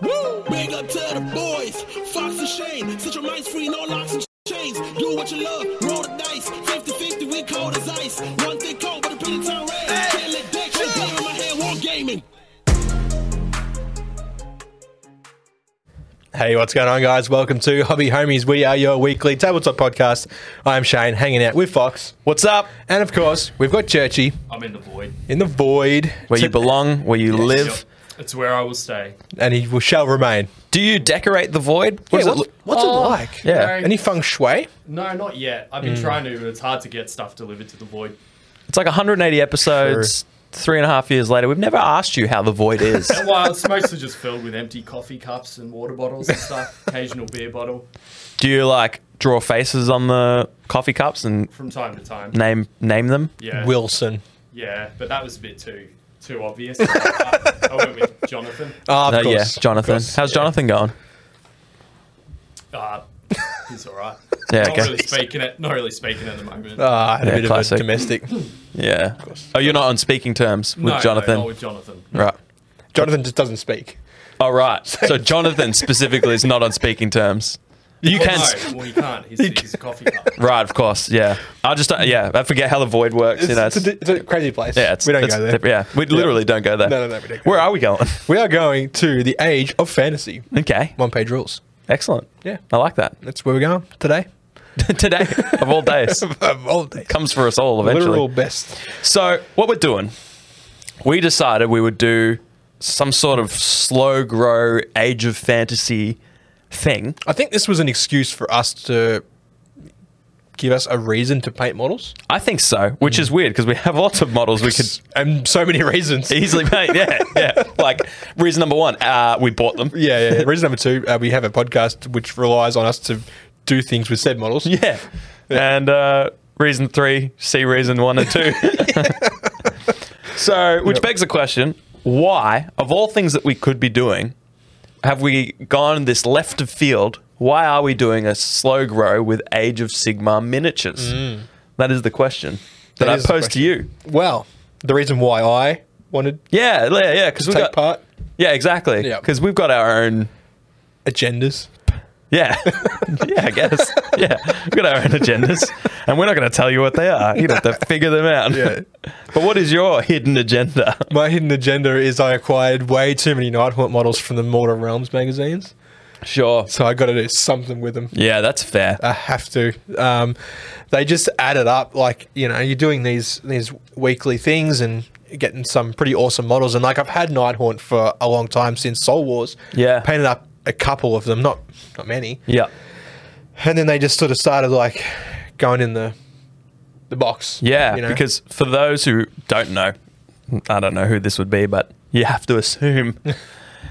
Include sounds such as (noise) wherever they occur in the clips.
Big up to the boys, Fox and Shane. Set your minds free, no locks and chains. Do what you love, roll the dice. 50 50, we cold as ice. One thing cold, but a penny town red. Can't let that shit get in my head, war gaming. Hey, what's going on, guys? Welcome to Hobby Homies. We are your weekly tabletop podcast. I'm Shane, hanging out with Fox. What's up? And of course, we've got Churchy I'm in the void. in the void. Where you To- belong, where you live. It's where I will stay. And he will, shall remain. Do you decorate the void? What does Yeah, it what's look- what's Oh, it like? Yeah. Right. Any feng shui? No, not yet. I've Hmm. been trying to, but it's hard to get stuff delivered to the void. It's like 180 episodes, three and a half years later. We've never asked you how the void is. (laughs) Well, it's mostly just filled with empty coffee cups and water bottles and (laughs) stuff. Occasional beer bottle Do you like draw faces on the coffee cups and from time to time. name name them? Yeah. Wilson. Yeah, but that was a bit too too obvious. I, I went with Jonathan. Oh, of No, yeah, course. Jonathan. Of course. How's Jonathan going? Uh, he's all right. Yeah, not okay. Uh, really speaking it. Not really speaking at the moment. Ah, I had a Yeah, bit classic. of a domestic. Yeah. Oh, you're not on speaking terms with no, Jonathan. No, not with Jonathan. (laughs) Right. Jonathan just doesn't speak. All right. So Jonathan specifically is not on speaking terms. You can. s- No, well, he can't. (laughs) He's, he's a coffee cup. Right, of course. Yeah. I just, uh, yeah, I forget how the void works. It's, you know, it's a, di- it's a crazy place. Yeah, it's, we don't it's- go there. Yeah, we literally don't go there. No, no, no, we don't go Where there. are (laughs) we going? We are going to the age of fantasy. okay, One page rules. excellent. Yeah. I like (laughs) that. That's where we're going today. Today of all (laughs) days Of all days. comes for us all eventually. Literal best. So what we're doing, we decided we would do some sort of slow grow Age of Fantasy thing. I think this was an excuse for us to give us a reason to paint models. I think so, which Mm. is weird because we have lots of models (laughs) we could and so many reasons. Yeah, easily paint. Yeah, yeah. Like reason number one, uh, we bought them. (laughs) yeah. yeah. Reason number two, uh, we have a podcast which relies on us to do things with said models. (laughs) Yeah. And uh, reason three, see reason one and (laughs) two. so, which Yep. begs the question why, of all things that we could be doing, have we gone this left of field? Why are we doing a slow grow with Age of Sigma miniatures? That is the question Mm. that, That I is the pose to question. you. Well, the reason why I wanted Yeah, yeah, yeah. Because to we take got part yeah, exactly. Yep. Because we've got our own agendas. Yeah. (laughs) yeah, I guess. Yeah. We've got our own agendas. And we're not going to tell you what they are. You'd have to figure them out. Yeah. (laughs) But what is your hidden agenda? My hidden agenda is I acquired way too many Nighthaunt models from the Mortal Realms magazines, Sure. so I got to do something with them. Yeah, that's fair. I uh, have to. Um, they just add it up. Like you know, you're doing these these weekly things and getting some pretty awesome models. And like I've had Nighthaunt for a long time since Soul Wars. Yeah. painted up a couple of them, not not many. yeah. And then they just sort of started like going in the the box. Yeah. you know? Because for those who don't know, I don't know who this would be, but you have (laughs) to assume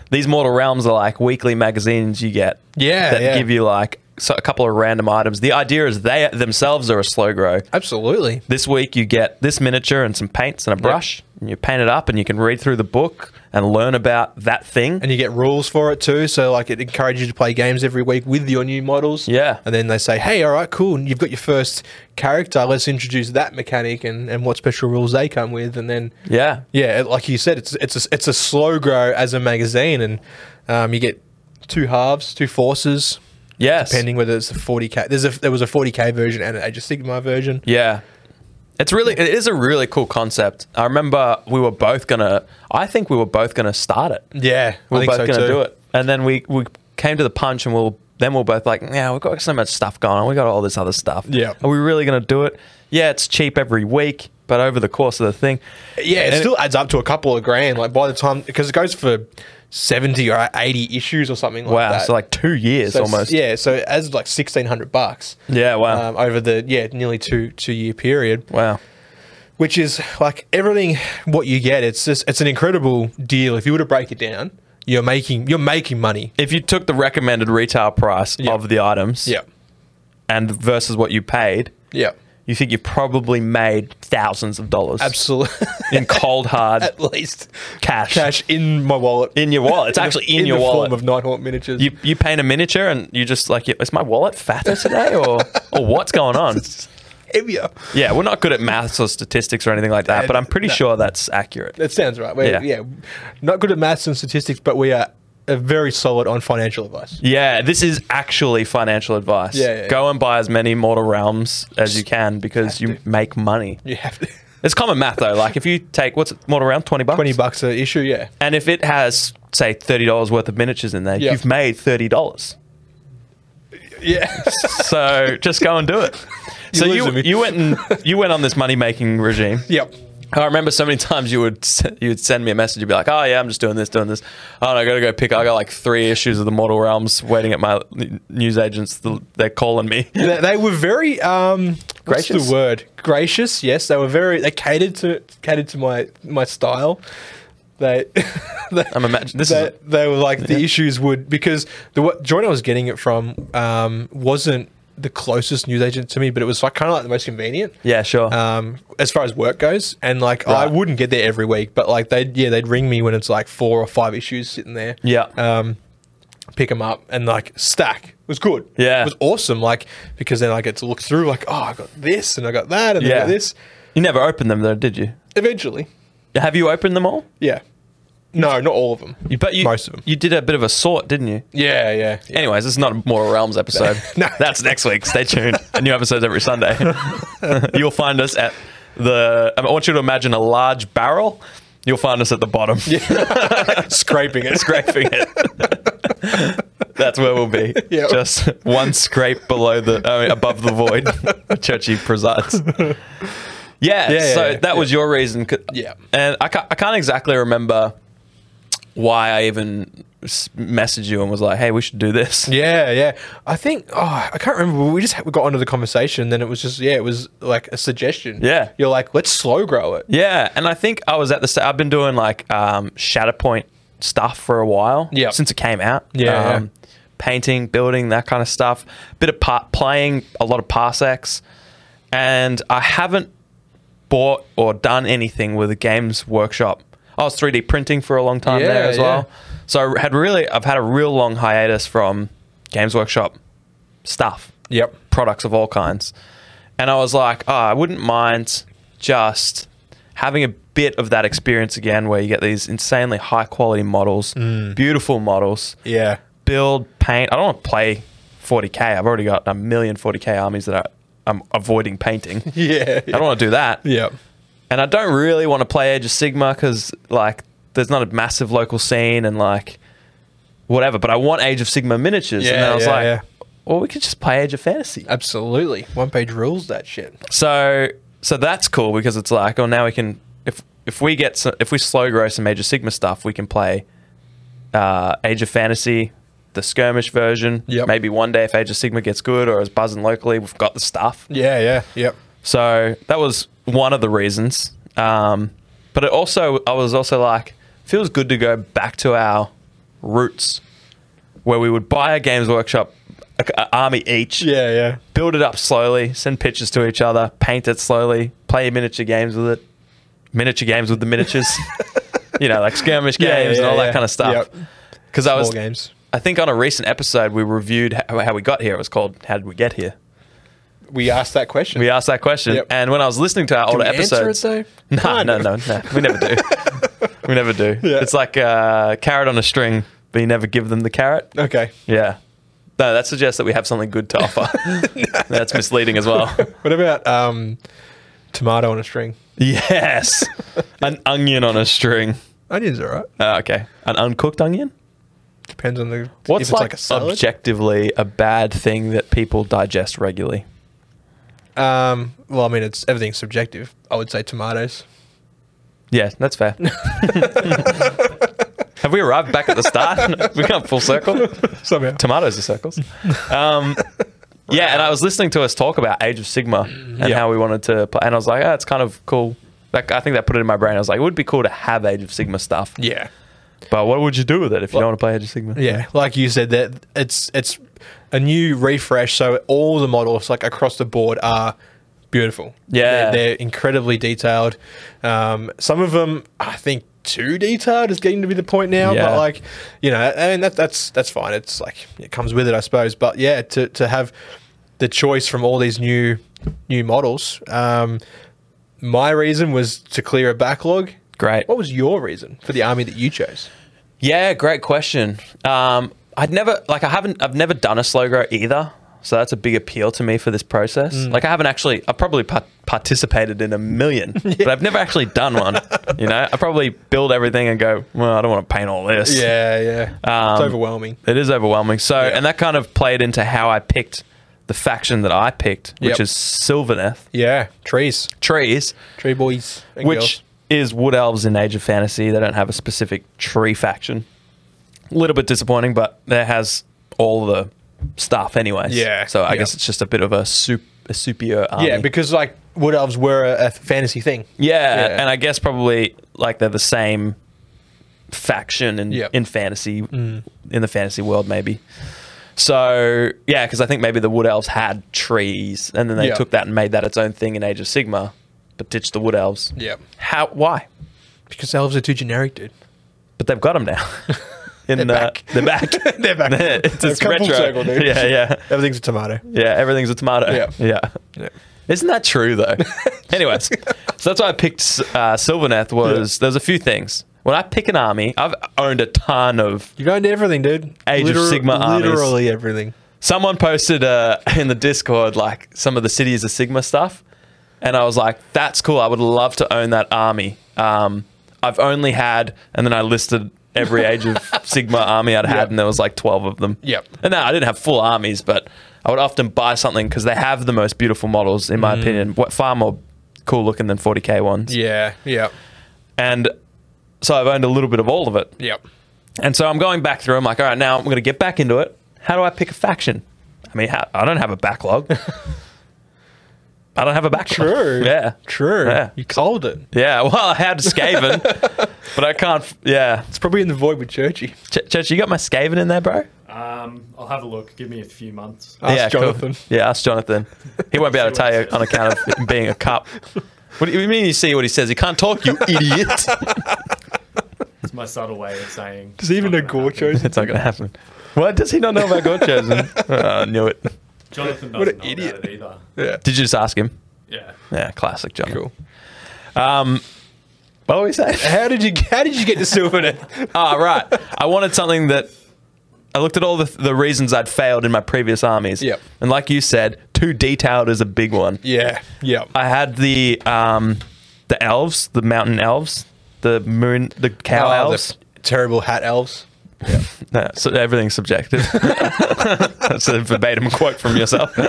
these Mortal Realms are like weekly magazines you get. Yeah, That yeah. give you like so a couple of random items. The idea is they themselves are a slow grow. absolutely. this week you get this miniature and some paints and a brush and you paint it up and you can read through the book and learn about that thing And you get rules for it too, so like it encourages you to play games every week with your new models. Yeah. and then they say, "Hey, all right, cool, and you've got your first character. Let's introduce that mechanic and, and what special rules they come with." And then yeah yeah, it- like you said, it's it's a, it's a slow grow as a magazine, and um, you get two halves, two forces, yes depending whether it's a forty k. There's a there was a forty k version and an Age of Sigma version. yeah it's really it is a really cool concept i remember we were both gonna i think we were both gonna start it Yeah, we I were think both so gonna too. do it and then we we came to the punch and we'll then we're both like yeah we've got so much stuff going on we got all this other stuff Yeah. are we really gonna do it yeah it's cheap every week but over the course of the thing Yeah, it And- still adds up to a couple of grand. Like by the time because it goes for seventy or eighty issues or something like wow that. so like two years So it's- almost Yeah, so as like sixteen hundred bucks. Yeah, wow. Um, over the yeah nearly two two year period, wow which is like everything what you get. It's just it's an incredible deal. If you were to break it down, you're making you're making money. if you took the recommended retail price Yeah. of the items Yeah, and versus what you paid, yeah, you think you probably made thousands of dollars absolutely. in cold (laughs) hard At least cash. cash in my wallet. in your wallet. It's actually in, the your wallet. form of Nighthawk miniatures. you you paint a miniature and you just like is my wallet fatter (laughs) today or or what's going on? heavier. Yeah, we're not good at maths or statistics or anything like that, but I'm pretty No. sure that's accurate. That sounds right. We're, Yeah. yeah. not good at maths and statistics, but we are are very solid on financial advice. Yeah, this is actually financial advice. Yeah, yeah, Go and buy as many Mortal Realms as you can because you make money. You have to. (laughs) It's common math though. Like if you take what's it, Mortal Realm, twenty bucks. 20 bucks an issue, yeah. And if it has say thirty dollars worth of miniatures in there, Yeah. you've made thirty dollars. (laughs) Yeah. (laughs) So just go and do it. so lose you them. you went and you went on this money making regime. yep. I remember so many times you would s- you would send me a message. You'd be like, "Oh yeah, I'm just doing this, doing this. Oh, no, I gotta go pick. I got like three issues of the Mortal Realms waiting at my news agents. The- They're (laughs) calling me. They, they were very um, What's Gracious? the word gracious. Yes, they were very. They catered to catered to my my style. They, (laughs) they I'm imagin- this is- they, they were like the issues would because the what joint I was getting it from um, wasn't the closest newsagent to me, but it was like kind of like the most convenient. Yeah, sure. Um, as far as work goes, and like I Right. wouldn't get there every week, but like they'd yeah they'd ring me when it's like four or five issues sitting there. Yeah. Um, pick them up and like stack It was good. Yeah. It was awesome. Like because then I get to look through like oh I got this and I got that and I yeah, got this. You never opened them though, did you? Eventually, Have you opened them all? yeah. No, not all of them. You bet you most of them. You did a bit of a sort, didn't you? yeah, (laughs) yeah. yeah. Anyways, it's not a Mortal Realms episode. (laughs) No. That's next week. Stay tuned. a new episode's every (laughs) Sunday. You'll find us at the. I want you to imagine a large barrel. You'll find us at the bottom, Scraping it. (laughs) scraping it. (laughs) That's where we'll be. Yep. Just one scrape below the, I mean, above the void. (laughs) Churchy presides. Yeah, Yeah, so yeah, that was your reason. c- Yeah. And I can't, I can't exactly remember why I even s- messaged you and was like, hey, we should do this. Yeah, yeah. I think oh, I can't remember. but We just ha- we got onto the conversation. Then it was just yeah, it was like a suggestion. Yeah. you're like let's slow grow it. Yeah, and I think I was at the. sta- I've been doing like um, Shatterpoint stuff for a while. Yep. since it came out. Um, Yeah, yeah. painting, building, that kind of stuff. Bit of part playing, a lot of parsecs, and I haven't bought or done anything with a Games Workshop. I was 3D printing for a long time Yeah, there as yeah. well. So I had really, I've had a real long hiatus from Games Workshop stuff Yep. products of all kinds. And I was like, oh, I wouldn't mind just having a bit of that experience again where you get these insanely high quality models, Mm. beautiful models, Yeah. (laughs) build, paint. I don't want to play 40K. I've already got a million 40K armies that I, I'm avoiding (laughs) painting. Yeah. I don't want to do that. Yep. And I don't really want to play Age of Sigma because, like, there's not a massive local scene and, like, whatever. But I want Age of Sigma miniatures. and Yeah, then I was yeah, like, yeah. well, we could just play Age of Fantasy. Absolutely. One page rules that shit. So so that's cool because it's like, oh, now we can if if we get some, if we slow grow some Age of Sigma stuff, we can play uh, Age of Fantasy, the skirmish version. Yep. Maybe one day if Age of Sigma gets good or is buzzing locally, we've got the stuff. Yeah. Yeah. Yep. So that was one of the reasons. Um, but it also, I was also like, feels good to go back to our roots, where we would buy a Games Workshop a, a army each Yeah. Yeah. build it up slowly, send pictures to each other, paint it slowly, play miniature games with it, miniature games with (laughs) the miniatures, you know, like skirmish games Yeah, and yeah, all that yeah. kind of stuff. Yep. Because I was, Small games. I think on a recent episode we reviewed how, how we got here. It was called "How Did We Get Here." We asked that question. We asked that question, Yep. and when I was listening to our older we answer it, episodes, though? (laughs) no, Kind no, of. no, no, we never (laughs) do. we never do. Yeah. It's like a carrot on a string, but you never give them the carrot. (laughs) Okay. Yeah. No, that suggests that we have (laughs) something good to offer. That's misleading as well. What about um, tomato on a string? (laughs) Yes, an onion on a string. Onions are right. Oh, okay, an uncooked onion. Depends on the What's if it's like, like, a salad. objectively a bad thing that people digest regularly? um, well, I mean, it's everything's subjective. I would say tomatoes. (laughs) Yeah, that's fair. (laughs) Have we arrived back at the start? (laughs) we come full circle. Somehow. Tomatoes are circles. (laughs) Um, yeah, and I was listening to us talk about Age of Sigma and Yeah. how we wanted to play, and I was like, oh, it's kind of cool. Like, I think that put it in my brain. I was like, it would be cool to have Age of Sigma stuff, yeah. but what would you do with it if you don't want to play Age of Sigma? Yeah, like you said, that it's it's a new refresh. So all the models, like across the board, are beautiful. they're, Yeah. they're incredibly detailed. Um, some of them, I think, too detailed is getting to be the point now. Yeah. But like, you know, and that, that's that's fine. It's like it comes with it, I suppose. But yeah, to to have the choice from all these new new models. Um, my reason was to clear a backlog. Great. What was your reason for the army that you chose? Yeah, great question. Um, I'd never like I haven't I've never done a slow grow either, so that's a big appeal to me for this process. Mm. Like I haven't actually I probably par- participated in (laughs) a million, but I've never actually done one. You know, I probably build everything and go, well, I don't want to paint all (laughs) this. Yeah, yeah. it's Um, overwhelming. It is overwhelming. So, Yeah. and that kind of played into how I picked the faction that I picked, which Yep. is Sylvaneth Yeah, trees, trees, tree boys, and which girls. is Wood Elves in Age of Fantasy. They don't have a specific tree faction. A little bit disappointing, but there has all the stuff, anyways. Yeah, So I yeah. guess it's just a bit of a soup, a soupier army. yeah, because like wood elves were a, a fantasy thing. Yeah, Yeah. and I guess probably like they're the same faction in Yep. Mm. in fantasy in the fantasy world maybe. So yeah, because I think maybe the Wood Elves had trees, and then they Yeah. took that and made that its own thing in Age of Sigma, but ditched the Wood Elves. Yep. How? Why? Because elves are too generic, dude. But they've got them (laughs) now. In They're uh, back. They're back. (laughs) They're back. (laughs) (laughs) it's They've it's come full retro. circle, dude. Yeah, yeah, (laughs) Everything's a tomato. yeah. Everything's a tomato. Yeah. (laughs) yeah. Yeah. Isn't that (laughs) true though? Anyways, so that's why I picked uh, Sylvaneth. Was there's a few things when I pick an army, I've owned a ton of. You've owned everything, dude. Age of Sigma armies. Literally everything. Someone posted uh, (laughs) in the Discord like some of the cities of Sigma stuff, and I was like, "That's cool. I would love to own that army." Um, I've only had, and then I listed every Age (laughs) of Sigma army I'd had, Yep. and there was like twelve of them. Yep. And now I didn't have full armies, but I would often buy something because they have the most beautiful models, in my opinion. What far more cool looking than 40k ones. Mm. Yeah, yeah, And so I've owned a little bit of all of it. yeah. And so I'm going back through. I'm like, all right, now I'm going to get back into it. How do I pick a faction? I mean, how, I don't have (laughs) a backlog. I don't have a backlog. True. Yeah. True. Yeah. You called it. Yeah. Well, I (laughs) had Skaven, but I can't. f- Yeah. It's probably in the void with Churchy. Ch- Church, you got my Skaven in there, bro? Um, I'll have a look. Give me a few months. Ask yeah, cool. Jonathan. Yeah, ask Jonathan. He won't be able to tell you on account of him being a cup. What do you mean you see what he says? He can't (laughs) talk, you idiot. It's my subtle way of saying. Does he even know it's not gonna happen. Gorchos? (laughs) It's not going to happen. What does he not know about God chosen? (laughs) Oh, I knew it. Jonathan doesn't What an know idiot. about it either. yeah. Did you just ask him? Yeah. Yeah, classic Jonathan. Cool. Um, What were we saying? How did you How did you get to Sylvan? (laughs) Ah, right. I wanted something that I looked at all the, the reasons I'd failed in my previous armies. Yep. And like you said, too detailed is a big one. yeah, yeah. I had the um, the elves, the mountain elves, the moon, the cow Oh, the elves. terrible hat elves. No, so everything's subjective. (laughs) That's a verbatim quote from yourself. (laughs)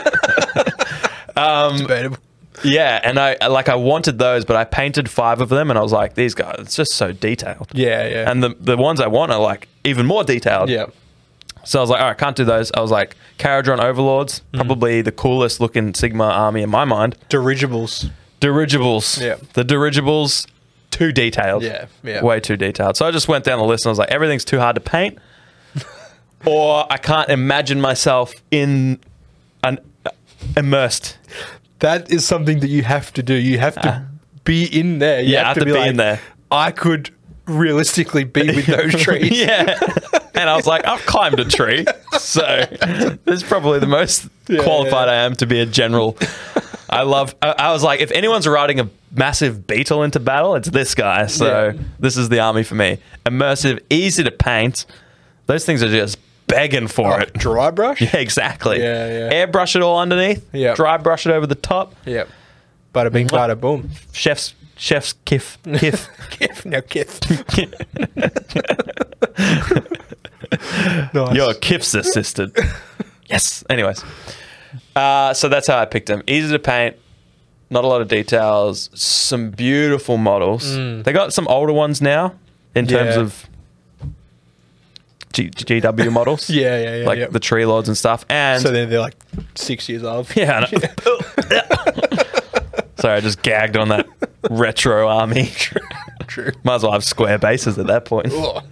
Mm. Debatable. yeah, and I I- like I wanted those, but I painted five of them, and I was like, these guys, it's just so detailed. Yeah, yeah. And the the ones I want are like even more detailed. yeah. So I was like, all right, can't do those. I was like, Caradron Overlords, Mm-hmm. probably the coolest looking Sigma army in my mind. Dirigibles. Dirigibles. Yeah. The dirigibles, too detailed. Yeah, yeah. Way too detailed. So I just went down the list and I was like, everything's too hard (laughs) to paint. or I can't imagine myself in an immersed. That is something that you have to do. You have to be in there. You Ah. Yeah, I have to be in there. I could realistically (laughs) be with those trees. yeah. and I was like, I've climbed a tree. So this is probably the most yeah, qualified yeah. I am to be a general. I love, I, I was like, if anyone's riding a massive beetle into battle, it's this guy. So Yeah. this is the army for me. Immersive, easy to paint. Those things are just begging for Oh, it. dry brush. Yeah, exactly. Yeah, yeah. Airbrush it all underneath. Yep. Dry brush it over the top. Yep. Bada bing, bada boom. (laughs) Chef's chef's kiff kiff. Kith, no kith. (laughs) nice. You're Kiff's assistant. (laughs) yes. Anyways, uh, so that's how I picked them. Easy to paint, not a lot of details. Some beautiful models. They got some older ones now in Mm. terms Yeah. of G- GW (laughs) models. Yeah, yeah, yeah, Like yeah. the tree lords and stuff. And so then they're like six years old. (laughs) yeah. (laughs) I know. Sorry, I just gagged on that retro army. (laughs) True. Might as well have square bases at that point. Ugh.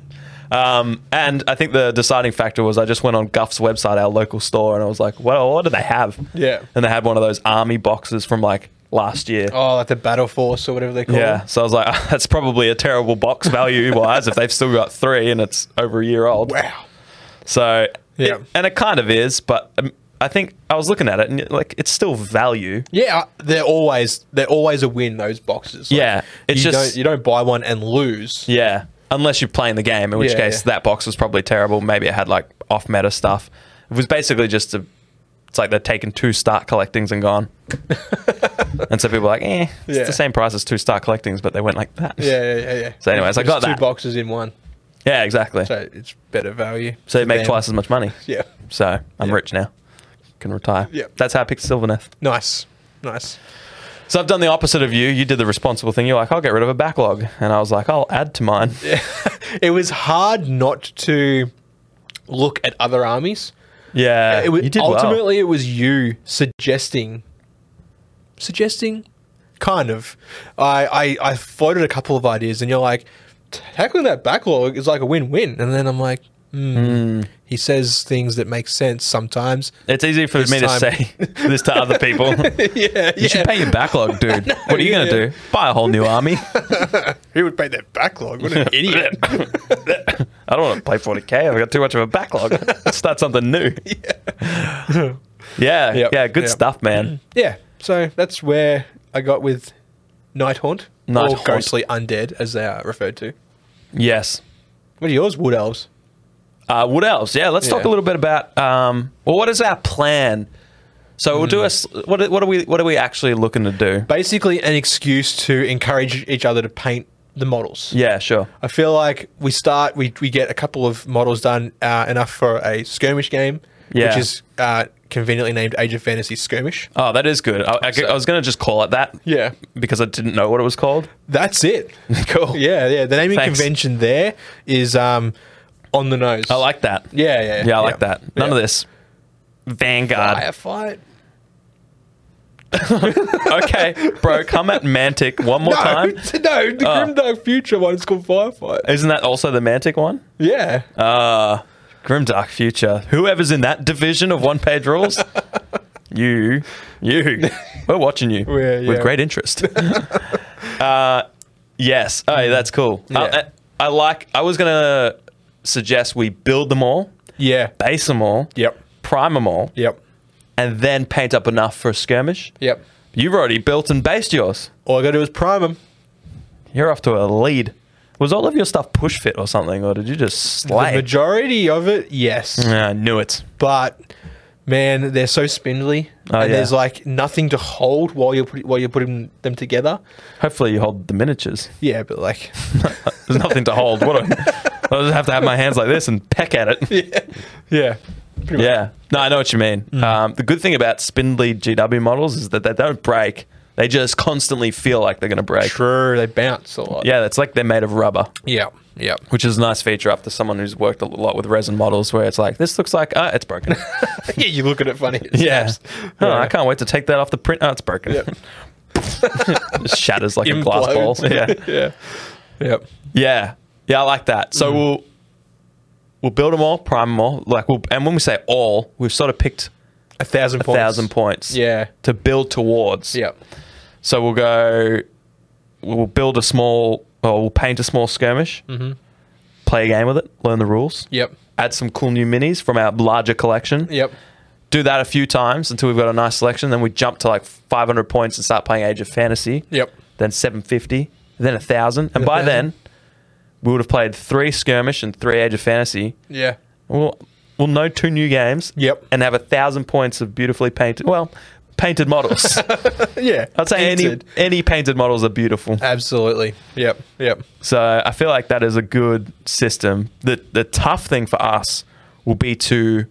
Um, and I think the deciding factor was I just went on Guff's website, our local store, and I was like, well, what do they have? Yeah. And they had one of those army boxes from like last year. Oh, like the battle force or whatever they call Yeah. it. So I was like, (laughs) that's probably a terrible box value wise if they've still got three and it's over a year old. Wow. So, Yeah. it- and it kind of is, but um, I think I was looking at it and like it's still value. Yeah, uh, they're always they're always a win. Those boxes. Like, Yeah, it's you just- don't, you don't buy one and lose. Yeah. unless you're playing the game, in which Yeah, case yeah. that box was probably terrible. Maybe it had like off meta stuff. It was basically just a. It's like they've taken two star collectings and (laughs) gone. and so people are like, eh, it's Yeah. the same price as two star collectings, but they went like that. Yeah, yeah, yeah. yeah. So anyways, I There's got two that. boxes in one, (laughs) Yeah, exactly. So, so it's better value. you for make them. twice as much money. Yeah. So I'm Yeah. rich now. Can retire. Yeah. That's how I picked Sylvaneth. Nice, nice. (laughs) So I've done the opposite of you. You did the responsible thing. You're like, I'll get rid of a backlog. And I was like, I'll add to mine. Yeah. It was hard not to look at other armies. it was, you did well. ultimately it was you suggesting suggesting kind of I, I i floated a couple of ideas and you're like tackling that backlog is like a win-win and then i'm like hmm, he says things that make sense sometimes (laughs) It's easy for This me to time. (laughs) say this to other people. you yeah should pay your backlog, (laughs) dude. what are you going yeah. to do? Buy a whole new (laughs) army? he would pay that backlog (laughs) what an idiot I don't want to play 40k. I've got too much of a (laughs) backlog. Start something new. Yeah. Yeah. Yep, Good yep. stuff, man. yeah so that's where i got with night haunt Night or Haunt. ghostly undead as they are referred to Yes. what are yours wood elves Uh, what else? Yeah, let's talk Yeah. a little bit about. Um, well, what is our plan? So we'll do us. What, are- what are we? What are we actually looking to do? basically an excuse to encourage each other to paint the models. Yeah, sure. I feel like we start, we, we get a couple of models done uh, enough for a skirmish game, Yeah. which is uh, conveniently named Age of Fantasy Skirmish. Oh, that is good. I, I, I was going to just call it that. Yeah. Because I didn't know what it was called. That's it. (laughs) cool. Yeah, yeah. The naming Thanks. convention there is um, on the nose. I like that. Yeah, yeah, Yeah, I like that. None of this. Vanguard. Firefight. okay, bro, come at Mantic one (laughs) more no, time. no, the Oh. Grim Dark Future one is called Firefight. Isn't that also the Mantic one? Yeah, Uh Grimdark Future. Whoever's in that division of one (laughs) page rules, you, you, we're watching you We're- with yeah. great (laughs) interest. uh, yes. Oh, that's cool. I- Mm. Yeah. I, I like, I was going to suggest we build them all, yeah. base them all, Yep. prime them all, Yep. and then paint up enough for a skirmish. Yep. You've already built and based yours. All I got to do is prime them. You're off to a lead. Was all of your stuff push fit or something, or did you just slay? The majority of it, yes. Yeah, I knew it. But man, they're so spindly, Oh, and yeah. there's like nothing to hold while you're put, while you're putting them together. Hopefully, you hold the miniatures. (laughs) Yeah, but like, There's nothing to hold. What? do I (laughs) I just have to have my hands like this and peck at it. Yeah. yeah, pretty No, I know what you mean. Mm. Um, the good thing about spindly GW models is that they don't break. They just constantly feel like they're going to break. true. They bounce a lot. Yeah, it's like they're made of rubber, yeah, yeah. which is a nice feature after someone who's worked a lot with resin models, where it's like this looks like ah, it's (laughs) broken. (laughs) yeah, you look at it funny. It (laughs) yeah. snaps. Oh, I can't wait to take that off the print. Oh, it's broken. Yep. (laughs) It shatters like a glass ball. (laughs) Implodes. Yeah. (laughs) yeah, yep. Yeah, yeah, I like that. So we'll we'll build them all, prime them all. Like, we'll, and when we say all, we've sort of picked A thousand a points. thousand points. Yeah. to build towards. Yep. So we'll go. We'll build a small, or we'll paint a small skirmish. Mm-hmm. Play a game with it. Learn the rules. Yep. Add some cool new minis from our larger collection. Yep. Do that a few times until we've got a nice selection. Then we jump to like 500 points and start playing Age of Fantasy Yep. then 750, then 1,000. And A by thousand. then, we would have played three Skirmish and three Age of Fantasy. Yeah. We'll, we'll know two new games Yep. and have a 1,000 points of beautifully painted, well, (laughs) painted models. Yeah. I'd say any, Painted. Uh, any painted models are beautiful. Absolutely. Yep. Yep. So I feel like that is a good system. The, the tough thing for us will be to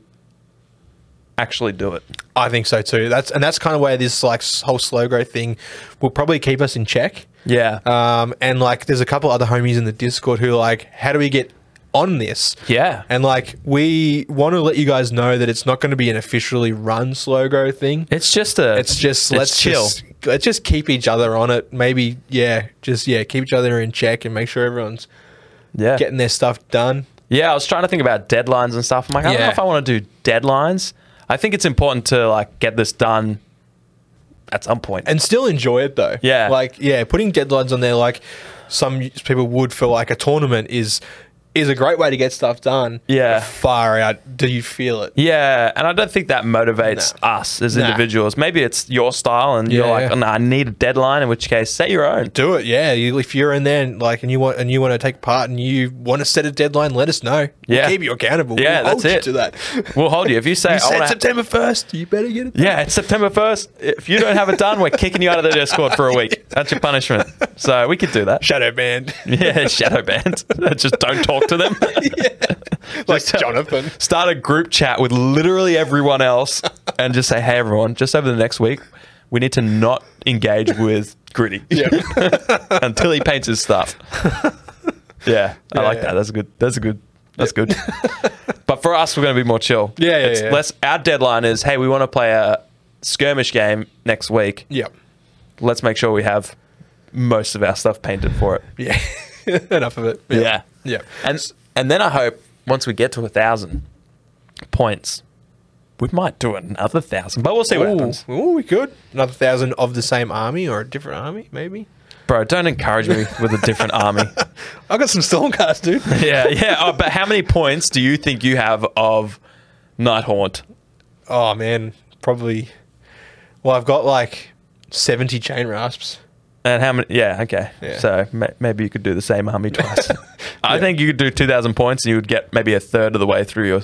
actually do it. I think so too. That's and that's kind of where this like s- whole slow growth thing will probably keep us in check. Yeah. Um, and like, there's a couple other homies in the Discord who are like, how do we get on this? Yeah. And like, we want to let you guys know that it's not going to be an officially run slow grow thing. it's just a. It's just it's let's chill. Just, let's just keep each other on it. Maybe yeah, just yeah, keep each other in check and make sure everyone's yeah. getting their stuff done. Yeah, I was trying to think about deadlines and stuff. I'm like, I don't know Yeah. if I want to do deadlines. I think it's important to like get this done at some point. and still enjoy it though. Yeah. like yeah, putting deadlines on there like some people would for like a tournament is is a great way to get stuff done. Yeah. Far out. Do you feel it? Yeah, and I don't think that motivates No. us as Nah. individuals. Maybe it's your style, and you're Yeah, like, yeah. oh, no, I need a deadline. In which case, set your own. Do it. Yeah. You, if you're in there and like, and you want and you want to take part and you want to set a deadline, let us know. We'll Yeah. keep you accountable. Yeah, we'll hold that's it. You to that. We'll hold you if you say. "Oh, you I said wanna- September first. You better get it. done. yeah, it's September first. If you don't have it done, we're kicking you out of the Discord for a week. That's your punishment. So we could do that. Shadow banned. Yeah, shadow banned. (laughs) Just don't talk to (laughs) them. like uh, (laughs) Jonathan. Start a group chat with literally (laughs) everyone else, and just say, "Hey, everyone, just over the next week, we need to not engage with Gritty." (laughs) Yeah. (laughs) until he paints his (laughs) stuff. Yeah, Yeah, I like yeah. that. That's a good. That's a good. (laughs) That's good. but for us, we're going to be more chill. Yeah, yeah, It's yeah. Less, our deadline is hey, we want to play a skirmish game next week. yep. Let's make sure we have most of our stuff painted for it. (laughs) Yeah. Enough of it. Yep. Yeah. Yep. And and then I hope once we get to a thousand points, we might do another thousand. But we'll see what happens. Ooh, ooh, we could another thousand of the same army or a different army, maybe. Bro, don't encourage me with a (laughs) different army. I got some Stormcast, (laughs) dude. Yeah, yeah. Oh, but how many points do you think you have of Night Haunt? oh man, probably. Well, I've got like seventy chain rasps. And how many? Yeah, okay. Yeah. So ma- maybe you could do the same army (laughs) twice. I think you could do 2,000 points and you would get maybe a third of the way through your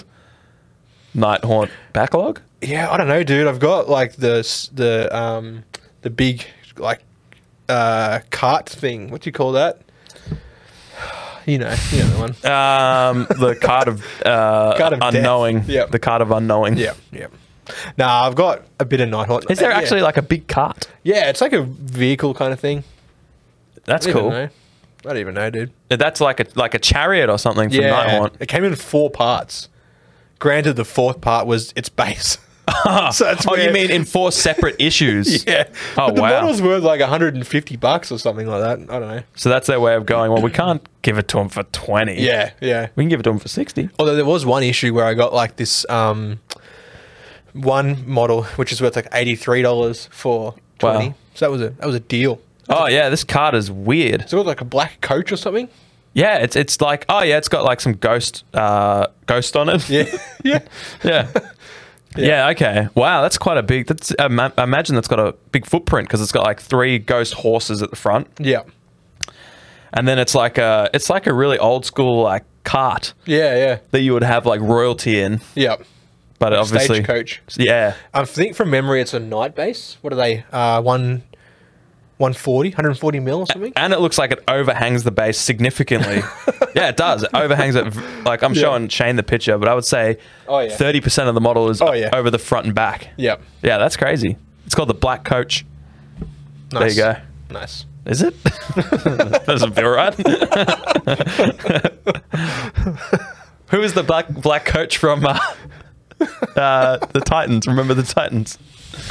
Night Haunt (laughs) backlog. Yeah, I don't know, dude. I've got like the s- the um the big like uh cart thing. What do you call that? You know, you know the (laughs) one. Um, the card of, uh, Card of death. unknowing. Yep. The card of unknowing. Yeah, yeah. Nah, I've got a bit of night haunt. Is there Yeah. actually like a big cart? Yeah, it's like a vehicle kind of thing. That's I don't cool. know. I don't even know, dude. That's like a like a chariot or something for Night Yeah, Haunt. it came in four parts. Granted, the fourth part was its (laughs) base. (laughs) so that's Oh, you where- (laughs) mean in four separate issues? yeah? Oh, but the wow. model's worth like 150 bucks or something like that. I don't know. So that's their way of going. Well, we can't give it to them for twenty. Yeah, yeah. we can give it to them for sixty. Although there was one issue where I got like this um, one model which is worth like 83 dollars for 20. Wow. So that was a that was a deal. Oh yeah, this card is weird. So it was like a black coach or something. Yeah, it's it's like oh yeah, it's got like some ghost uh, ghost on it. Yeah, (laughs) yeah. (laughs) yeah. Yeah. Okay. Wow. That's quite a big. That's. I ma- I imagine that's got a big footprint because it's got like three ghost horses at the front, (laughs) Yeah. and then it's like a. It's like a really old school like cart Yeah, yeah. that you would have like royalty in, Yeah. but obviously. Stagecoach. Yeah. I think from memory, it's a night base. What are they? Uh, one, 140, 140 mil or something. And it looks like it overhangs the (laughs) base significantly. yeah, it does. It overhangs it. v- Like I'm Yeah. showing Shane the picture, but I would say Oh, yeah. 30% of the model is Oh, yeah. over the front and back. Yep. Yeah, that's crazy. It's called the Black Coach. Nice. There you Nice. (laughs) go. Is it? (laughs) Doesn't feel right. (laughs) Who is the black black coach from uh, (laughs) uh, the Titans? Remember the Titans?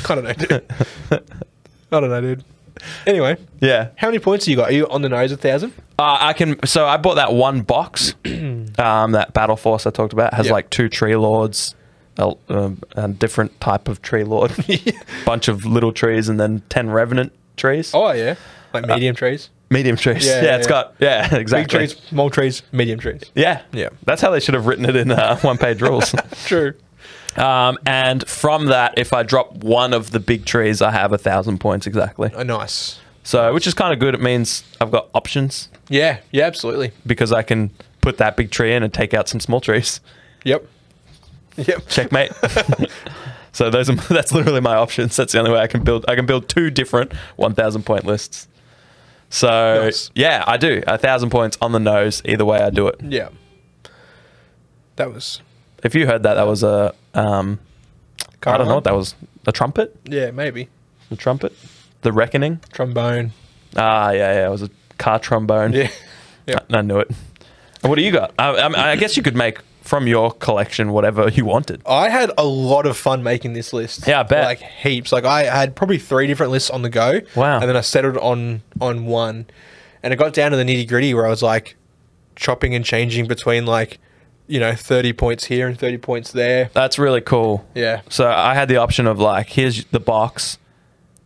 I don't know, dude. (laughs) I don't know, dude. Anyway, Yeah, how many points have you got? Are you on the nose a thousand? uh, I can. So I bought that one (clears throat) box. um, that Battle Force I talked about has Yep. like two tree lords, a, um, a different type of tree lord, (laughs) bunch of little trees, and then ten revenant trees. Oh yeah, like medium trees, medium trees. Yeah, (laughs) Yeah, yeah, it's yeah. got yeah, big Uh, exactly. trees, small trees, medium trees. Yeah, Yeah. That's how they should have written it in (laughs) uh, one page rules. True. um, and from that, if I drop one of the big trees, I have a thousand points exactly. Oh, nice. So, which is kind of good. It means I've got options Yeah. Yeah. Absolutely. because I can put that big tree in and take out some small trees. Yep. Yep. checkmate. (laughs) so those are that's literally my (laughs) options. That's the only way I can build. I can build two different one thousand point lists. So Nice. yeah, I do a thousand points on the nose. Either way, I do it. Yeah. That was. If you heard that, that was a um, I don't know what that was. A trumpet, Yeah, maybe a trumpet, the reckoning. trombone. Ah, yeah, yeah, it was a car trombone. Yeah. (laughs) Yeah. I, I knew it. And what do you got? I, I, I guess you could make from your collection whatever you wanted. I had a lot of fun making this list. Yeah, I bet. Like heaps. Like I had probably three different lists on the go. Wow. And then I settled on on one, and it got down to the nitty gritty where I was like chopping and changing between like you know thirty points here and thirty points there. (laughs) That's really cool. Yeah. So I had the option of like, here's the box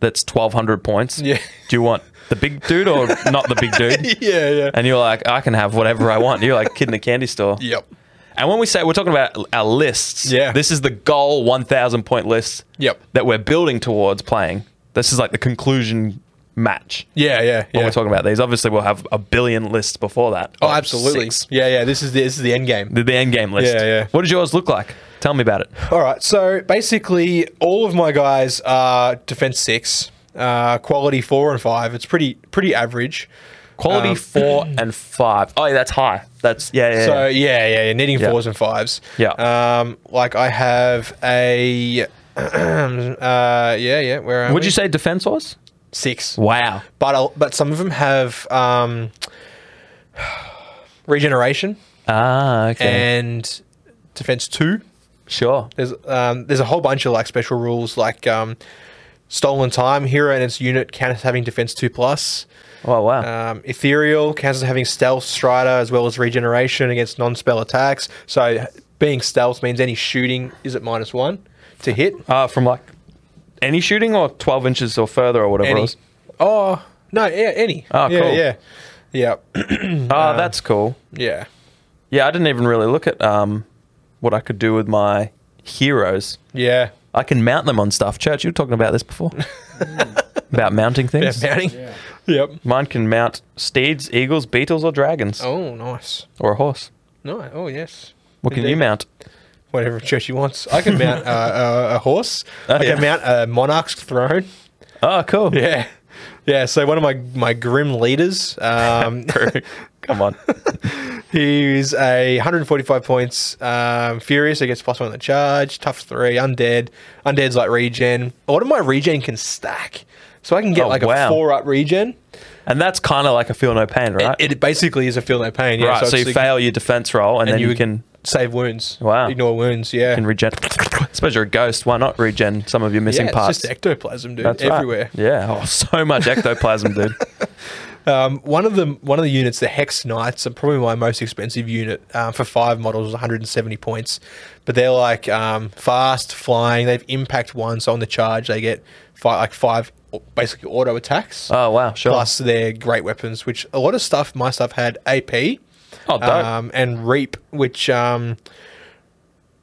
that's 1200 points. Yeah. Do you want the big dude (laughs) or not the big dude? yeah, yeah. And you're like, I can have whatever I want. You're like a kid in a candy store. yep. And when we say we're talking about our lists, Yeah. this is the goal 1,000 point list Yep. that we're building towards playing. This is like the conclusion match Yeah, yeah, when yeah. we're talking about these. Obviously, we'll have a billion lists before that. Oh, Or absolutely. six. Yeah, yeah. This is the, this is the end game. The, the end game list. Yeah, yeah. What did yours look like? Tell me about it. All right. So basically, all of my guys are defense six, uh, quality four and five. It's pretty pretty average. Quality Um, four and five. Oh, yeah, that's high. That's yeah, yeah. So yeah. yeah, yeah, yeah. Needing Yeah. fours and fives. Yeah. Um, like I have a. (clears throat) uh, yeah, yeah. Where am Would you say defense was? six? Wow. But I'll, but some of them have um, (sighs) regeneration Ah, okay. and defense two. sure. There's um, there's a whole bunch of like special rules like um, stolen time hero and its unit counts as having defense two plus. Oh wow. Um, ethereal counts as having stealth strider as well as regeneration against non-spell attacks. So being stealth means any shooting is at minus one to hit. Uh, from like any shooting or 12 inches or further or whatever it Any. was. Oh no, yeah, any. Oh, yeah, cool. Yeah, yeah, Oh, Uh, that's cool. yeah. Yeah, I didn't even really look at um, what I could do with my heroes. Yeah. I can mount them on stuff. Church, you were talking about (laughs) this before. about mounting (laughs) Yeah, things. mounting. Yeah. Yep. Mine can mount steeds, eagles, beetles, or dragons. Oh, nice. Or a horse. Nice. Oh, yes. What can you Indeed. mount? Whatever church you wants. I can mount uh, a, a horse. Oh, I yeah. can mount a monarch's throne. (laughs) Oh, cool. (laughs) Yeah. Yeah, so one of my, my grim leaders, um, Come on. (laughs) he's a 145 points, um, furious, so he gets plus one on the charge, tough three, undead. Undead's like regen. A lot of my regen can stack, so I can get Oh, like wow. a four up regen. And that's kind of like a feel no pain, right? It, it basically is a feel no pain. Yeah, right. So, it's you like- fail your defense roll and, and then you can, save wounds. Wow. ignore wounds. Yeah, can regen. I suppose you're a ghost. Why not regen some of your yeah, missing it's parts? just ectoplasm, dude, That's right. everywhere. Yeah. Oh, (laughs) so much ectoplasm, (laughs) dude. Um, one of the one of the units, the Hex Knights, are probably my most expensive unit um, for five models, was 170 points. But they're like um, fast flying. They've impact one, so on the charge they get five, like five basically auto attacks. Oh, wow. Sure. Plus their great weapons, which a lot of stuff my stuff had AP oh, dope. um, and Reap, which um,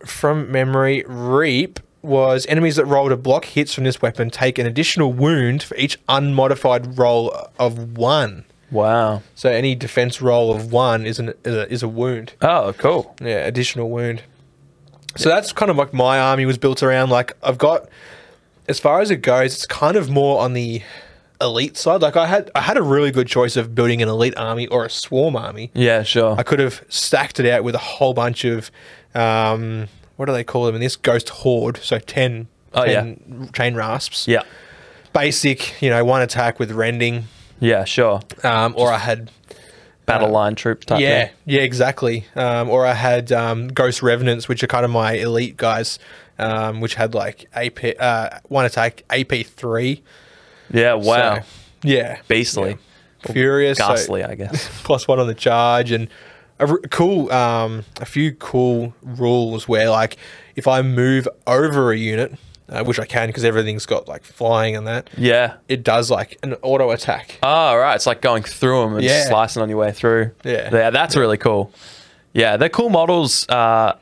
from memory, Reap was enemies that rolled a block hits from this weapon take an additional wound for each unmodified roll of one. wow. So any defense roll of one is an is a, is a wound. Oh, cool. Yeah, additional wound. So that's kind of like my army was built around. Like I've got, as far as it goes, it's kind of more on the elite side. Like I had I had a really good choice of building an elite army or a swarm army. Yeah, sure. I could have stacked it out with a whole bunch of um, what do they call them in this ghost horde? So 10, Oh, 10 chain rasps. yeah. Basic, you know, one attack with rending. Yeah, sure. Um, or I had Battle line troop type. Uh, yeah, thing. yeah, exactly. Um, or I had um, Ghost Revenants, which are kind of my elite guys, um, which had like AP uh, one attack AP three. Yeah, wow. So, yeah, Beastly. Yeah. furious, so Ghastly, I guess. plus one on the charge, and a r- cool, um, a few cool rules where like if I move over a unit, uh, which I can because everything's got like flying and that, Yeah. it does like an auto attack. Oh, right. It's like going through them and Yeah. slicing on your way through. Yeah. Yeah, that's really cool. Yeah, they're cool models uh,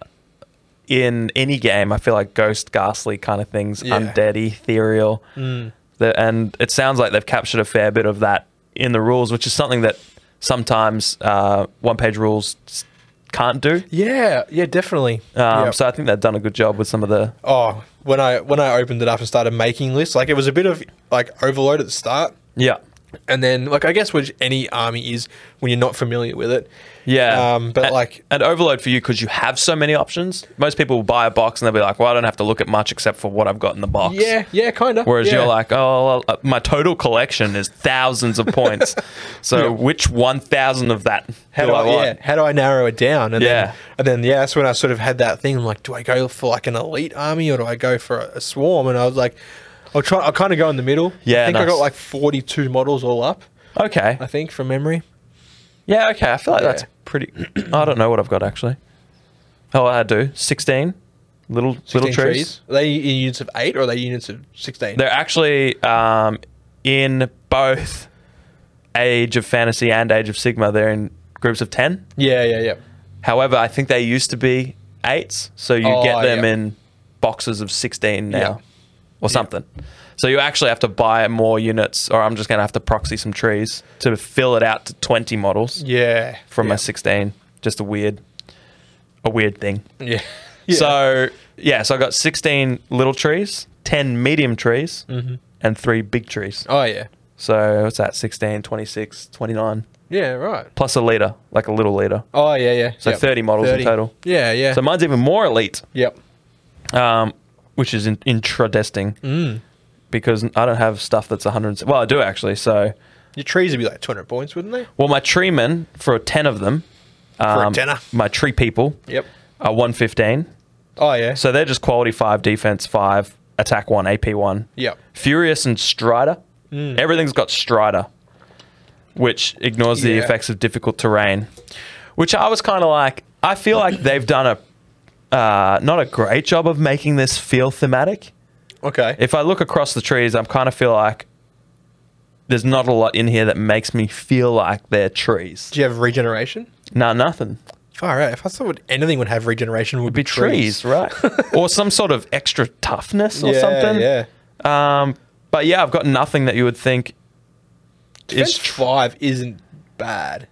in any game. I feel like ghost, ghastly kind of things, Yeah. Mm. undead, ethereal. The- and it sounds like they've captured a fair bit of that in the rules, which is something that sometimes uh, one page rules s- can't do. Yeah, yeah, definitely. Um, Yep. So I think they've done a good job with some of the. oh when i when i opened it up and started making lists like it was a bit of like overload at the start Yeah. and then like i guess which any army is when you're not familiar with it Yeah. um but and, like And overload for you because you have so many options. Most people will buy a box and they'll be like, well, I don't have to look at much except for what I've got in the box. yeah yeah kind of Whereas yeah. you're like, oh, uh, my total collection is thousands (laughs) of points. so which 1,000 of that how do do I, I, want? yeah, how do I narrow it down? And Yeah. then, and then yeah, that's when I sort of had that thing like, do I go for like an elite army or do I go for a, a swarm? And I was like, I'll try. I'll kind of go in the middle. Yeah, I think I nice. got like forty-two models all up. Okay. I think from memory. Yeah, okay. I feel like Yeah. that's pretty. I don't know what I've got actually. Oh, I do. 16 little, 16 little trees. Are they units of eight or are they units of sixteen? They're actually um, in both Age of Fantasy and Age of Sigma. They're in groups of 10. Yeah, yeah, yeah. However, I think they used to be eights, so you Oh, get them yeah. in boxes of 16 now Yeah. or something. So you actually have to buy more units, or I'm just going to have to proxy some trees to fill it out to 20 models Yeah. from yeah. a 16. Just a weird, a weird thing. Yeah. yeah. So yeah, so I got 16 little trees, 10 medium trees, Mm-hmm. and three big trees. Oh, yeah. So what's that? 16, 26, 29, Yeah, right. plus a leader, like a little leader. Oh, yeah, yeah. So 30 models in total. Yeah, yeah. So mine's even more elite, yep. um, which is in- intradesting Mm. because I don't have stuff that's 100. Well, I do actually. So Your trees would be like 200 points, wouldn't they? well, my tree men for 10 of them, a um, tenner. my tree people, Yep. are 115. Oh, yeah. So they're just quality five, defense five, attack one, AP one. Yep. Furious and Strider. Mm. Everything's got Strider, which ignores the Yeah. effects of difficult terrain. Which I was kind of like, I feel like they've done a uh, not a great job of making this feel thematic. Okay. If I look across the trees, I'm kind of feel like there's not a lot in here that makes me feel like they're trees. Do you have regeneration? No, nothing. All right. If I thought anything would have regeneration, it would Be trees, right? (laughs) or some sort of extra toughness or something. Yeah. Um, but yeah, I've got nothing that you would think Defense is. Tr- five isn't bad.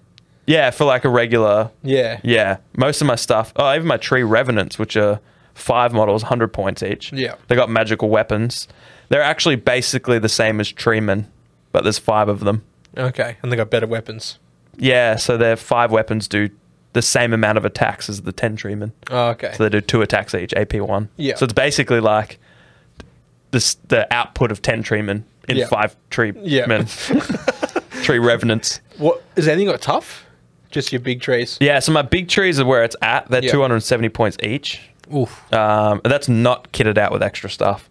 yeah, for like a regular. Yeah. Yeah, most of my stuff. Oh, even my tree revenants, which are five models, hundred points each. Yeah. they got magical weapons. They're actually basically the same as treemen, but there's five of them. Okay. And they got better weapons. Yeah, so their five weapons do the same amount of attacks as the ten treemen. Oh, okay. So they do two attacks each, AP one. Yeah. So it's basically like this the output of ten treemen in Yeah. five tree Yeah. (laughs) men. tree revenants. what is anything got tough? Just your big trees. Yeah, so my big trees are where it's at. They're Yeah. 270 points each. Oof. Um, and that's not kitted out with extra stuff.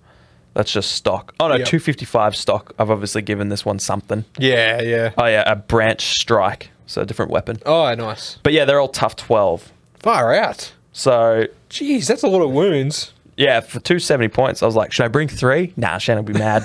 That's just stock. Oh no, Yeah. 255 stock. I've obviously given this one something. Yeah. Yeah. Oh yeah, a branch strike. So a different weapon. Oh, nice. But yeah, they're all tough 12. Far out. So Jeez, that's a lot of wounds. (laughs) yeah, for 270 points, I was like, should I bring three? Nah, Shannon will be mad.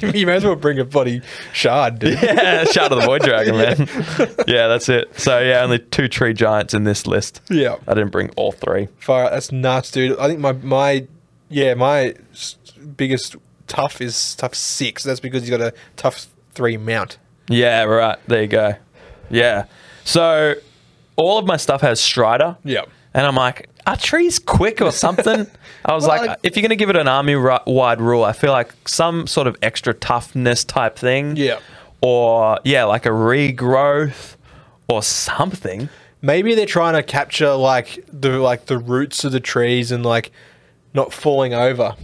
you may as well bring a bloody shard, dude. yeah, shout out to the void dragon, man. yeah, that's it. So yeah, only two tree giants in this list. Yeah. I didn't bring all three. Far out. That's nuts, dude. I think my my yeah my s- biggest tough is tough six. That's because you got a tough three mount. Yeah, right. There you go. Yeah. So all of my stuff has Strider. Yeah. And I'm like, are trees quick (laughs) or something? I was Well, like, I- if you're going to give it an army ri- wide rule, I feel like some sort of extra toughness type thing. Yeah. Or, yeah, like a regrowth or something. Maybe they're trying to capture like the like the roots of the trees and like not falling over.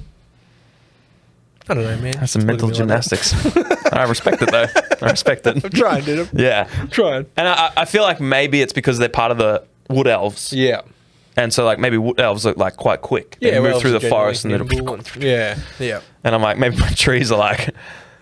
I don't know, man. That's some mental gymnastics. (laughs) I respect it, though. I respect it. I'm Trying, dude. (laughs) I'm (laughs) Yeah. trying. And I, I feel like maybe it's because they're part of the wood elves. Yeah. And so, like, maybe wood elves look like quite quick. They yeah, move well, through the generally forest and then nimble and- yeah, yeah, And I'm like, maybe my (laughs) trees are like.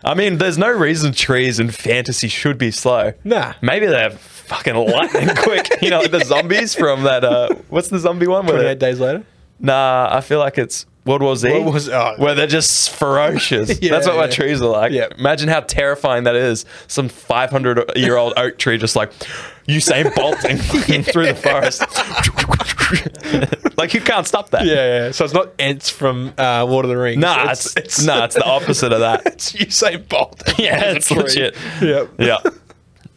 I mean, there's no reason trees in fantasy should be slow. Nah. Maybe they're fucking lightning quick. (laughs) You know, like the zombies from that. Uh, what's the zombie one? Where twenty they- eight days later. Nah, I feel like it's World War Z. World War Z- oh. where they're just ferocious. (laughs) Yeah, That's what my yeah. trees are like. Yeah. Imagine how terrifying that is. Some 500 year old oak tree just like Usain (laughs) bolting fucking through the forest. (laughs) like, you can't stop (laughs) that. Yeah, yeah. So it's not ants from uh, Lord of the Rings. Nah, it's, nah, it's the opposite of that. it's Usain Bolt. (laughs) Yeah, it's legit. Yep. Yeah.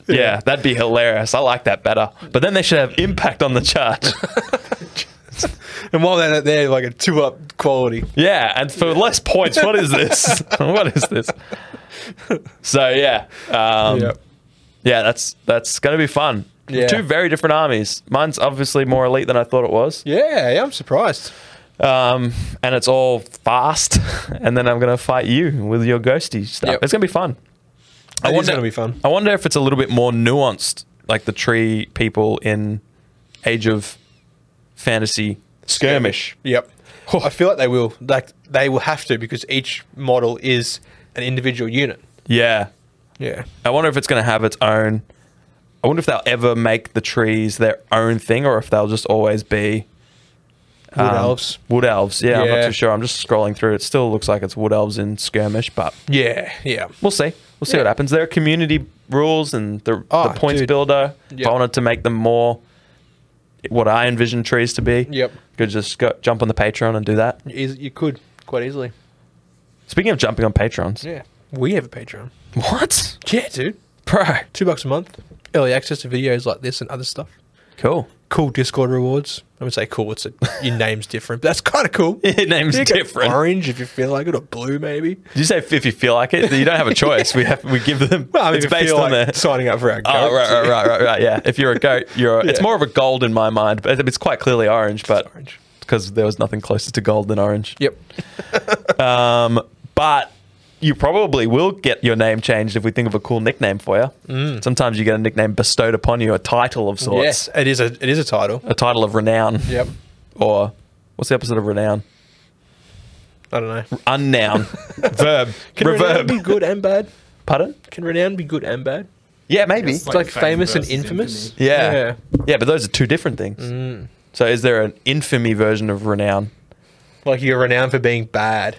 Yeah, that'd be hilarious. I like that better. But then they should have impact on the chart. And while they're not there, like a two up quality. Yeah, and for less points, what is this? (laughs) what is this? So yeah, um, yeah. yeah, that's that's gonna be fun. Yeah. Two very different armies. Mine's obviously more elite than I thought it was, yeah, yeah. I'm surprised. um, and it's all fast. (laughs) And then I'm gonna fight you with your ghosty stuff. Yep. It's gonna be fun. I wonder- gonna be fun. I wonder if it's a little bit more nuanced, like the tree people in Age of Fantasy Skirmish. Yep. I feel like they will. Like they will have to because each model is an individual unit. Yeah. Yeah. I wonder if it's going to have its own. I wonder if they'll ever make the trees their own thing or if they'll just always be. Wood um, elves. Wood elves. Yeah, I'm not Yeah. too sure. I'm just scrolling through. It still looks like it's wood elves in skirmish, but Yeah. Yeah. we'll see. We'll see what happens. There are community rules and the, Oh, the points dude. builder. Yep. I wanted to make them more what I envision trees to be. Yep. Could just go, jump on the Patreon and do that. Eas- you could quite easily. Speaking of jumping on Patreons, Yeah, we have a Patreon. what? Yeah, dude. Bro. Two bucks a month. Early access to videos like this and other stuff. Cool. Cool Discord rewards. I would say cool. It's a, your name's different, but that's kind of cool. (laughs) (laughs) Your name's You can go different. Orange, if you feel like it, or blue maybe. Did you say if you feel like it? You don't have a choice. We have we give them. Well, it's based like on their. signing up for our. (laughs) Oh goat. right, right, right, right, right. Yeah, if you're a goat, you're. A, It's Yeah. more of a gold in my mind, but it's quite clearly orange. But orange. because there was nothing closer to gold than orange. Yep. Um, but you probably will get your name changed if we think of a cool nickname for you. Sometimes you get a nickname bestowed upon you, a title of sorts, Mm. Yes, it is a it is a title. a title of renown. Yep. Or what's the opposite of renown? I don't know. (laughs) Unnoun. (laughs) Verb. Can renown be Reverb. good and bad? Pardon? Can renown be good and bad? Yeah, maybe. It's It's like, like famous fame and versus infamous. infamy. Yeah. yeah. but those are two different things. Mm. So is there an infamy version of renown? Like you're renowned for being bad.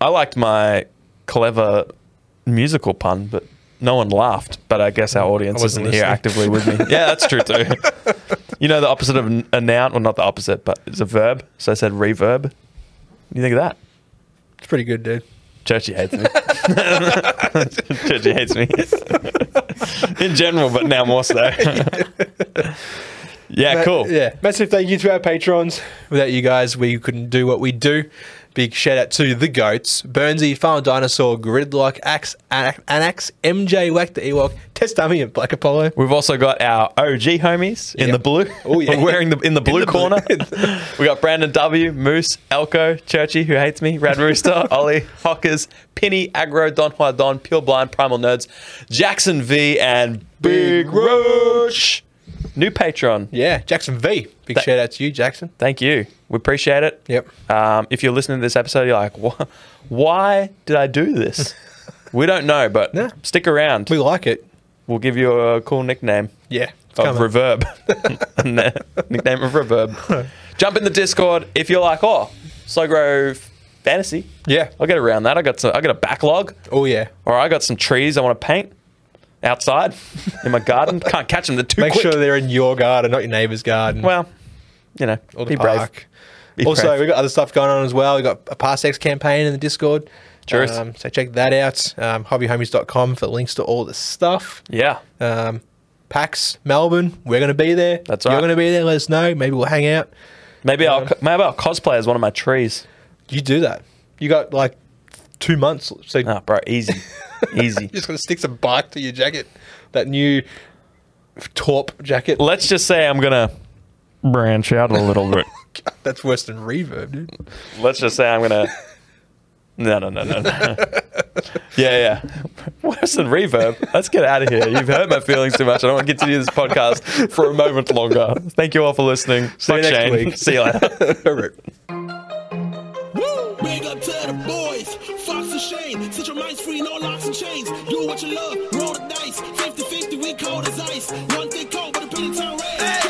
I liked my clever musical pun, but no one laughed. But I guess our audience Mm, I isn't wasn't here actively listening. with (laughs) me. Yeah, that's true too. you know the opposite of n- a noun, well, not the opposite, but it's a verb. So I said reverb. What do you think of that? It's pretty good, dude. Churchy hates me. (laughs) Churchy hates me (laughs) in general, but now more so. yeah, cool. Yeah. Massive thank you to our patrons. Without you guys, we couldn't do what we do. Big shout out to the goats: Burnsy, Final Dinosaur, Gridlock, Axe, Anax, Anax, MJ, Whack the Ewok, Test Dummy, and Black Apollo. We've also got our OG homies in Yep. the blue. Oh, yeah. We're (laughs) wearing the in the blue the blue. corner. we got Brandon W, Moose, Elko, Churchy, who hates me, Rad (laughs) Rooster, Ollie, Hockers, Penny, Agro, Don Juan Don, Pure Blind, Primal Nerds, Jackson V, and Big Big Roach. New patron. Yeah, Jackson V. Big shout out to you, Jackson. Thank you. We appreciate it. Yep. Um, if you're listening to this episode, you're like, "Wha- why did I (laughs) do this? we don't know, but No. stick around. We like it. We'll give you a cool nickname Yeah. It's of coming. Reverb. (laughs) Nickname (laughs) of Reverb. Jump in the Discord if you're like, oh, Slow Grove Fantasy. yeah. I'll get around that. I got some, I got a backlog, Oh yeah. or I got some trees I want to paint outside in (laughs) my garden. Can't catch them. They're too Make quick. sure they're in your garden, not your neighbour's garden. well, you know, or the be brave. park. Be also, brave. we've got other stuff going on as well. We've got a Parsex campaign in the Discord. Truth. Um, so check that out. Um, hobbyhomies.com for links to all the stuff. yeah, Um, PAX Melbourne, we're going to be there. That's You're right. going to be there. Let us know. Maybe we'll hang out. maybe I'll co- maybe I'll cosplay as one of my trees. You do that. You got like two months. So Ah, bro, easy, (laughs) easy. you're just going to stick some bark to your jacket. That new taupe jacket. Let's just say I'm gonna branch out a (laughs) little bit. That's worse than reverb, dude. Let's just say I'm (laughs) gonna. No, no, no, no, no. yeah, yeah. Worse than reverb. Let's get out of here. You've hurt my feelings too much. I don't want to continue this podcast for a moment longer. Thank you all for listening. See you Fuck next Shane. week. See you later. (laughs) All right. Woo! Big up to the boys, Fox and Shane. Set your minds free, no locks and chains. Do what you love, roll the dice. 50 50, we cold as ice. One thing cold, but a pretty time red.